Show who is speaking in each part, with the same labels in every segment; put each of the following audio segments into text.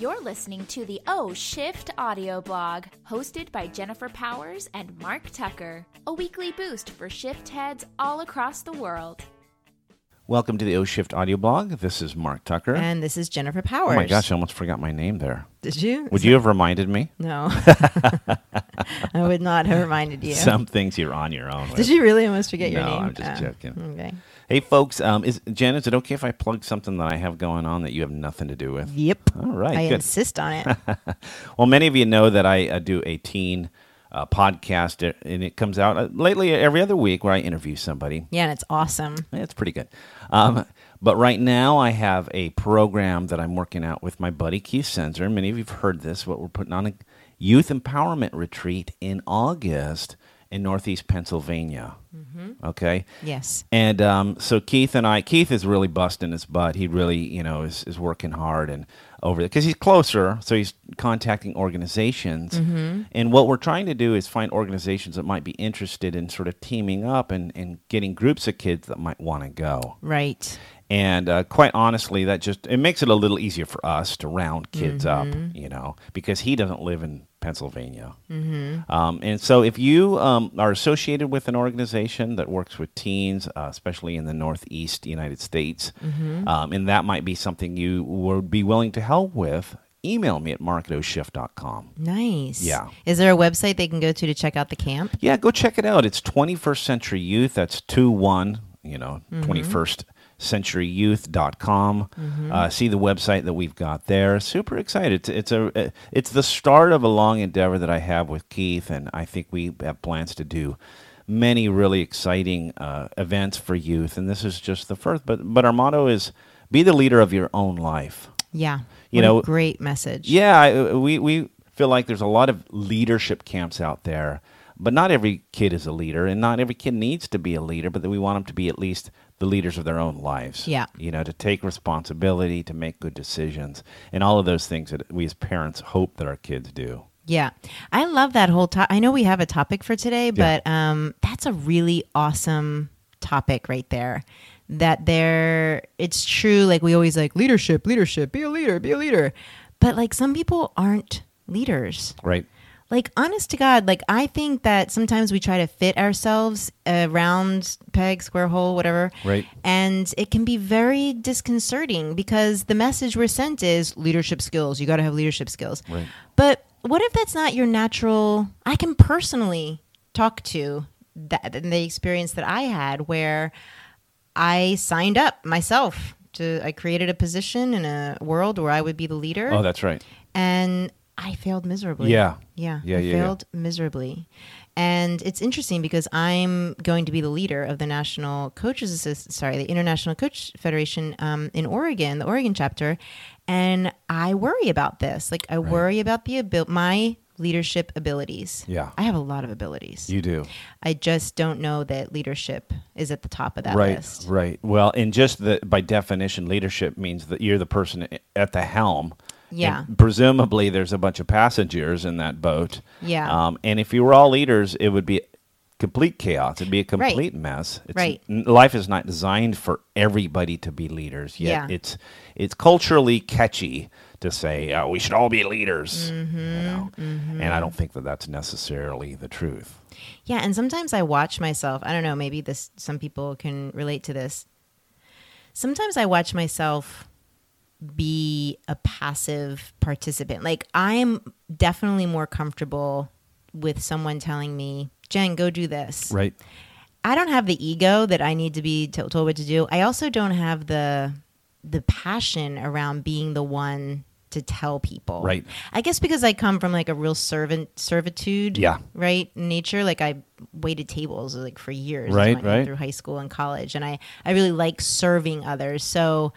Speaker 1: You're listening to the O Shift audio blog, hosted by Jennifer Powers and Mark Tucker, a weekly boost for shift heads all across the world.
Speaker 2: Welcome to the O Shift audio blog. This is Mark Tucker.
Speaker 3: And this is Jennifer Powers.
Speaker 2: oh my gosh, I almost forgot my name there.
Speaker 3: Did you?
Speaker 2: Would you have reminded me?
Speaker 3: No. I would not have reminded you.
Speaker 2: Some things you're on your own with.
Speaker 3: Did you really almost forget your
Speaker 2: No,
Speaker 3: name? Oh,
Speaker 2: I'm just joking.
Speaker 3: Okay.
Speaker 2: Hey, folks, um, is Jen, is it okay if I plug something that I have going on that you have nothing to do with?
Speaker 3: Yep.
Speaker 2: All right,
Speaker 3: I
Speaker 2: good.
Speaker 3: insist on it.
Speaker 2: Well, many of you know that I uh, do a teen uh, podcast, uh, and it comes out uh, lately every other week where I interview somebody.
Speaker 3: yeah, and it's awesome.
Speaker 2: It's pretty good. Um, but right now, I have a program that I'm working out with my buddy Keith Senzer. Many of you have heard this, but we're putting on a youth empowerment retreat in August in Northeast Pennsylvania. Okay.
Speaker 3: Yes.
Speaker 2: And um, so Keith and I, Keith is really busting his butt. He really, you know, is, is working hard and over there because he's closer. So he's contacting organizations. And what we're trying to do is find organizations that might be interested in sort of teaming up and, and getting groups of kids that might want to go.
Speaker 3: Right.
Speaker 2: And uh, quite honestly, that just it makes it a little easier for us to round kids up, you know, because he doesn't live in Pennsylvania. Mm-hmm. Um, and so, if you um, are associated with an organization that works with teens, uh, especially in the Northeast United States, um, and that might be something you would be willing to help with, email me at marketoshift.com.
Speaker 3: Nice.
Speaker 2: Yeah.
Speaker 3: Is there a website they can go to to check out the camp?
Speaker 2: Yeah, go check it out. It's 21st Century Youth. That's 2 1, you know, 21st Century Youth.com. Uh, see the website that we've got there. Super excited. It's, it's, a, it's the start of a long endeavor that I have with Keith, and I think we have plans to do many really exciting uh, events for youth. And this is just the first, but, but our motto is be the leader of your own life.
Speaker 3: Yeah.
Speaker 2: You
Speaker 3: What a
Speaker 2: know-
Speaker 3: great message.
Speaker 2: Yeah, I- uh, we we feel like there's a lot of leadership camps out there, but not every kid is a leader, and not every kid needs to be a leader. But that we want them to be at least the leaders of their own lives.
Speaker 3: Yeah.
Speaker 2: you know, to take responsibility, to make good decisions, and all of those things that we as parents hope that our kids do.
Speaker 3: Yeah. I love that whole topic. I know we have a topic for today, but um, that's a really awesome topic right there. That there, it's true. Like we always like leadership, leadership, be a leader, be a leader. But like some people aren't leaders.
Speaker 2: Right.
Speaker 3: Like honest to God, like I think that sometimes we try to fit ourselves a round peg, square hole, whatever.
Speaker 2: Right.
Speaker 3: And it can be very disconcerting because the message we're sent is leadership skills. You got to have leadership skills.
Speaker 2: Right.
Speaker 3: But what if that's not your natural? I can personally talk to that and the experience that I had where I signed up myself to I created a position in a world where I would be the leader
Speaker 2: Oh, that's right.
Speaker 3: and I failed miserably.
Speaker 2: Yeah.
Speaker 3: Yeah.
Speaker 2: Yeah,
Speaker 3: I
Speaker 2: yeah, yeah.
Speaker 3: failed miserably. And it's interesting because I'm going to be the leader of the National Coaches Assist, sorry, the International Coach Federation um, in Oregon, the Oregon chapter, and I worry about this. Like I worry about the abil- my leadership abilities.
Speaker 2: Yeah.
Speaker 3: I have a lot of abilities.
Speaker 2: You do.
Speaker 3: I just don't know that leadership is at the top of that
Speaker 2: right,
Speaker 3: list.
Speaker 2: right. Well, and just the by definition, leadership means that you're the person i- at the helm.
Speaker 3: Yeah.
Speaker 2: And presumably, there's a bunch of passengers in that boat.
Speaker 3: Yeah.
Speaker 2: Um, and if you were all leaders, it would be complete chaos. It'd be a complete mess. It's,
Speaker 3: Right.
Speaker 2: n- Life is not designed for everybody to be leaders. Yet
Speaker 3: Yeah.
Speaker 2: It's it's culturally catchy to say uh, we should all be leaders. you
Speaker 3: Mm-hmm,
Speaker 2: know? And I don't think that that's necessarily the truth.
Speaker 3: Yeah, and sometimes I watch myself. I don't know, maybe this some people can relate to this. Sometimes I watch myself be a passive participant. Like I'm definitely more comfortable with someone telling me, "Jen, go do this."
Speaker 2: Right.
Speaker 3: I don't have the ego that I need to be to- told what to do. I also don't have the the passion around being the one to tell people.
Speaker 2: Right.
Speaker 3: I guess because I come from like a real servant servitude.
Speaker 2: Yeah.
Speaker 3: Right. Nature. Like I waited tables like for years. as
Speaker 2: Right,
Speaker 3: I went
Speaker 2: right.
Speaker 3: Through high school and college, and I I really like serving others. So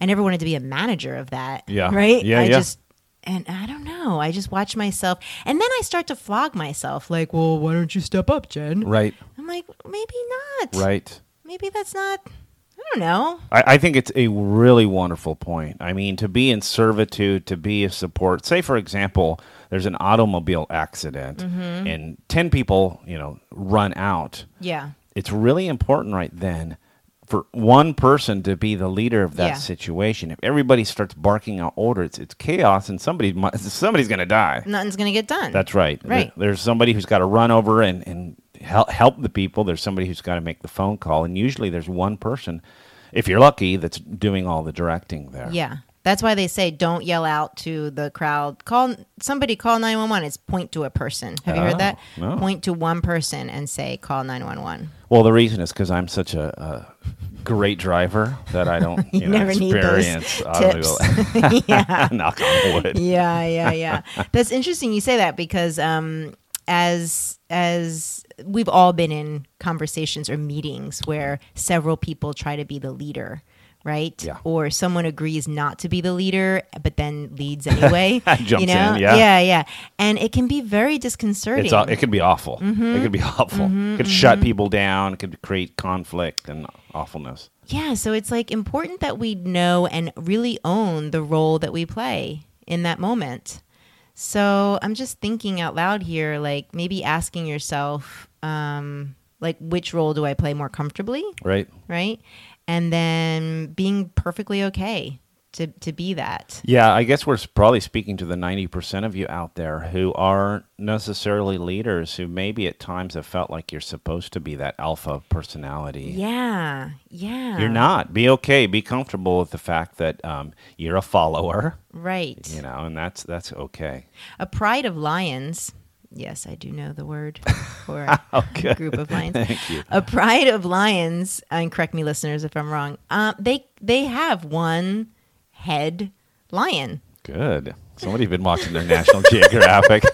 Speaker 3: I never wanted to be a manager of that.
Speaker 2: Yeah.
Speaker 3: Right.
Speaker 2: Yeah,
Speaker 3: I
Speaker 2: yeah.
Speaker 3: just and I don't know. I just watch myself, and then I start to flog myself. Like, well, why don't you step up, Jen?
Speaker 2: Right.
Speaker 3: I'm like, maybe not.
Speaker 2: Right.
Speaker 3: Maybe that's not. I don't know.
Speaker 2: I, I think it's a really wonderful point. I mean, to be in servitude, to be a support. Say, for example, there's an automobile accident and 10 people, you know, run out.
Speaker 3: Yeah.
Speaker 2: It's really important right then for one person to be the leader of that
Speaker 3: Yeah.
Speaker 2: situation. If everybody starts barking out orders, it's chaos, and somebody mu- somebody's going to die.
Speaker 3: Nothing's going to get done.
Speaker 2: That's right. There-
Speaker 3: Right.
Speaker 2: There's somebody who's got to run over and, and help, help the people. There's somebody who's got to make the phone call. And usually there's one person, if you're lucky, that's doing all the directing there.
Speaker 3: Yeah. That's why they say don't yell out to the crowd. Call somebody call 911. It's point to a person. Have you
Speaker 2: Oh,
Speaker 3: heard that?
Speaker 2: no.
Speaker 3: Point to one person and say call 911.
Speaker 2: Well, the reason is because I'm such a, a great driver that I don't you
Speaker 3: You
Speaker 2: know,
Speaker 3: never need those
Speaker 2: experience
Speaker 3: tips.
Speaker 2: automobile-
Speaker 3: Yeah.
Speaker 2: Knock on wood.
Speaker 3: yeah, yeah, yeah. That's interesting you say that because um, as as we've all been in conversations or meetings where several people try to be the leader, right?
Speaker 2: Yeah.
Speaker 3: Or someone agrees not to be the leader but then leads anyway.
Speaker 2: Jumps
Speaker 3: you know?
Speaker 2: in, yeah.
Speaker 3: Yeah, yeah. And it can be very disconcerting.
Speaker 2: It's, aw- it could be awful.
Speaker 3: Mm-hmm.
Speaker 2: It could be awful. it could shut people down. It could create conflict and awfulness.
Speaker 3: Yeah, so it's like important that we know and really own the role that we play in that moment. So I'm just thinking out loud here, like maybe asking yourself, um, like which role do I play more comfortably,
Speaker 2: Right?
Speaker 3: right? And then being perfectly okay to to be that.
Speaker 2: Yeah, I guess we're s- probably speaking to the 90% of you out there who aren't necessarily leaders, who maybe at times have felt like you're supposed to be that alpha personality.
Speaker 3: Yeah, yeah.
Speaker 2: You're not. Be okay. Be comfortable with the fact that um, you're a follower,
Speaker 3: right.
Speaker 2: you know, and that's that's okay.
Speaker 3: A pride of lions. Yes, I do know the word for
Speaker 2: Okay.
Speaker 3: a group of lions. Thank you. A pride of lions, and correct me, listeners, if I'm wrong. Uh, they they have one head lion.
Speaker 2: Good. Somebody's been watching the National Geographic.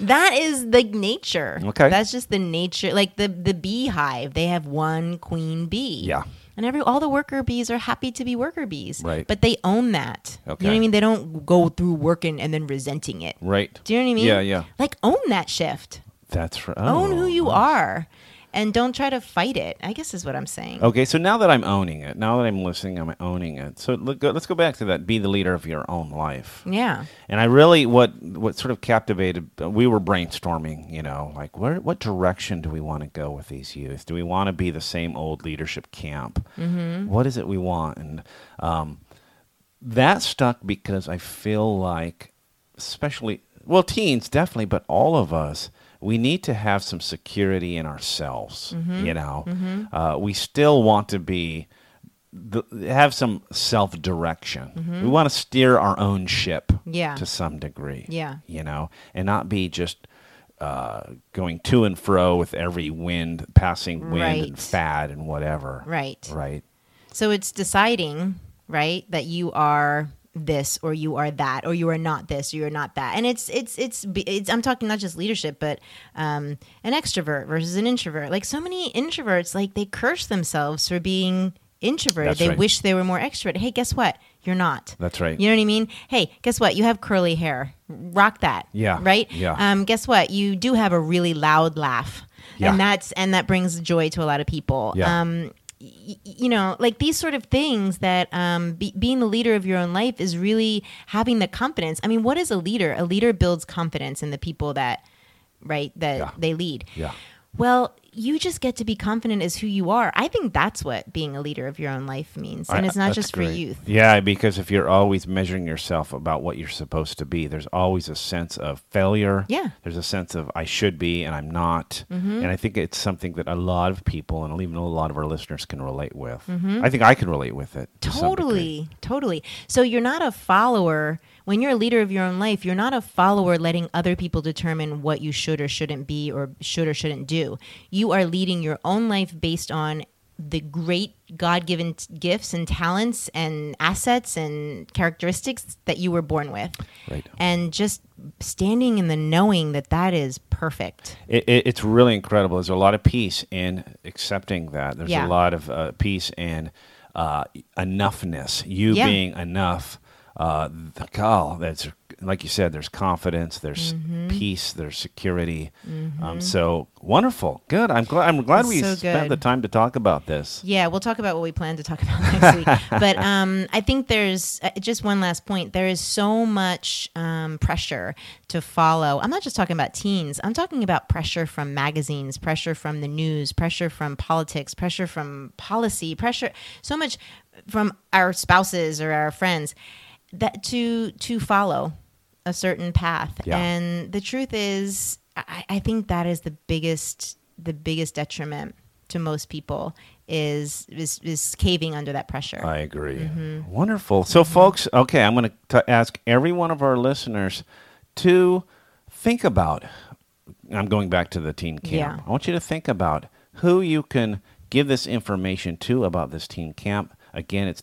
Speaker 3: That is the nature.
Speaker 2: Okay.
Speaker 3: that's just the nature. Like the the beehive, they have one queen bee.
Speaker 2: Yeah.
Speaker 3: And every all the worker bees are happy to be worker bees,
Speaker 2: Right.
Speaker 3: But they own that. You know what
Speaker 2: Okay.
Speaker 3: I mean? They don't go through working and then resenting it.
Speaker 2: right.
Speaker 3: Do you know what I mean?
Speaker 2: Yeah, yeah.
Speaker 3: Like own that shift.
Speaker 2: That's oh. right.
Speaker 3: own who you are and don't try to fight it i guess is what i'm saying
Speaker 2: Okay, so now that I'm owning it, now that I'm listening, I'm owning it. So look, go- let's go back to that. Be the leader of your own life.
Speaker 3: yeah
Speaker 2: And I really what what sort of captivated we were brainstorming, you know, like where what direction do we want to go with these youth? Do we want to be the same old leadership camp? Mm-hmm. is it we want? And um, that stuck because I feel like, especially well, teens definitely, but all of us. We need to have some security in ourselves,
Speaker 3: Mm-hmm.
Speaker 2: you know. Uh, we still want to be the, have some self direction. We want to steer our own ship
Speaker 3: Mm-hmm. Yeah.
Speaker 2: to some degree.
Speaker 3: Yeah.
Speaker 2: You know, and not be just uh, going to and fro with every wind, passing wind and
Speaker 3: Right.
Speaker 2: fad and whatever.
Speaker 3: Right.
Speaker 2: Right.
Speaker 3: so it's deciding right that you are this or you are that or you are not this or you're not that and it's it's it's, be- it's i'm talking not just leadership but um an extrovert versus an introvert like so many introverts like they curse themselves for being introverted
Speaker 2: That's
Speaker 3: they
Speaker 2: right.
Speaker 3: wish they were more extrovert hey guess what you're not
Speaker 2: That's right.
Speaker 3: you know what i mean hey guess what you have curly hair rock that
Speaker 2: Yeah.
Speaker 3: right
Speaker 2: Yeah.
Speaker 3: um guess what you do have a really loud laugh
Speaker 2: Yeah.
Speaker 3: and that's and that brings joy to a lot of people
Speaker 2: Yeah.
Speaker 3: um y- you know, like these sort of things that um, be, being the leader of your own life is really having the confidence. I mean, what is a leader? A leader builds confidence in the people that, right, that
Speaker 2: Yeah.
Speaker 3: they lead.
Speaker 2: Yeah.
Speaker 3: Well, you just get to be confident as who you are. I think that's what being a leader of your own life means. And
Speaker 2: I-
Speaker 3: it's not
Speaker 2: that's
Speaker 3: just for
Speaker 2: great.
Speaker 3: youth.
Speaker 2: Yeah, because if you're always measuring yourself about what you're supposed to be, there's always a sense of failure.
Speaker 3: Yeah. Mm-hmm.
Speaker 2: There's a sense of I should be and I'm not. And I think it's something that a lot of people and even a lot of our listeners can relate with. I think I can relate with it. to some degree.
Speaker 3: Mm-hmm. Totally, totally. So you're not a follower. When you're a leader of your own life, you're not a follower letting other people determine what you should or shouldn't be or should or shouldn't do. You are leading your own life based on the great God given gifts and talents and assets and characteristics that you were born with.
Speaker 2: Right.
Speaker 3: And just standing in the knowing that that is perfect.
Speaker 2: it, it, it's really incredible. There's a lot of peace in accepting that. There's
Speaker 3: Yeah.
Speaker 2: a lot of uh, peace in uh, enoughness, you
Speaker 3: Yeah.
Speaker 2: being enough. Uh, the, oh, that's like you said. There's confidence. There's
Speaker 3: Mm-hmm.
Speaker 2: peace. There's security. Um, so wonderful. Good. I'm glad. I'm glad
Speaker 3: It's
Speaker 2: we
Speaker 3: so
Speaker 2: spent
Speaker 3: good.
Speaker 2: the time to talk about this.
Speaker 3: Yeah, we'll talk about what we plan to talk about next week. But um, I think there's uh, just one last point. There is so much um, pressure to follow. I'm not just talking about teens, I'm talking about pressure from magazines, pressure from the news, pressure from politics, pressure from policy, pressure so much from our spouses or our friends that to to follow a certain path.
Speaker 2: Yeah.
Speaker 3: And the truth is, I, I think that is the biggest the biggest detriment to most people is is, is caving under that pressure.
Speaker 2: I agree.
Speaker 3: Mm-hmm.
Speaker 2: Wonderful. So, folks, okay, I'm going to ask every one of our listeners to think about. I'm going back to the teen camp.
Speaker 3: Yeah.
Speaker 2: I want you to think about who you can give this information to about this teen camp. Again, it's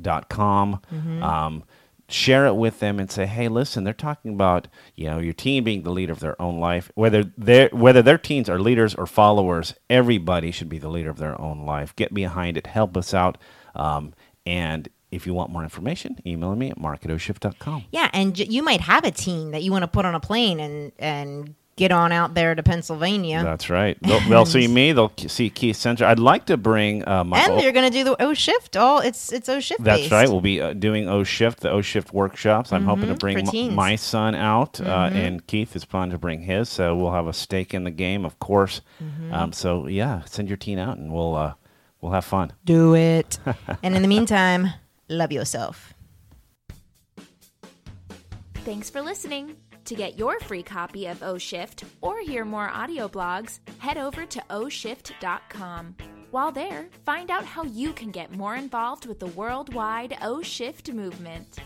Speaker 2: www.21stcenturyyouth.com. Um, share it with them and say, "Hey, listen, they're talking about you know your teen being the leader of their own life. Whether they whether their teens are leaders or followers, everybody should be the leader of their own life. Get behind it. Help us out. Um, and if you want more information, email me at marketoshift.com.
Speaker 3: Yeah, and j- you might have a teen that you want to put on a plane and and get on out there to Pennsylvania.
Speaker 2: That's right. They'll, they'll see me. They'll k- see Keith Center. I'd like to bring uh, my.
Speaker 3: and
Speaker 2: old-
Speaker 3: you're going to do the O shift. All it's it's O shift.
Speaker 2: That's
Speaker 3: based.
Speaker 2: right. We'll be uh, doing O shift, the O shift workshops. I'm hoping to bring
Speaker 3: Mm-hmm, for
Speaker 2: m-
Speaker 3: teens. Mm-hmm.
Speaker 2: my son out, uh, and Keith is planning to bring his. So we'll have a stake in the game, of course.
Speaker 3: Mm-hmm.
Speaker 2: Um, so yeah, send your teen out, and we'll uh, we'll have fun.
Speaker 3: Do it. and in the meantime, love yourself.
Speaker 1: Thanks for listening. To get your free copy of O Shift or hear more audio blogs, head over to oshift.com. While there, find out how you can get more involved with the worldwide O Shift movement.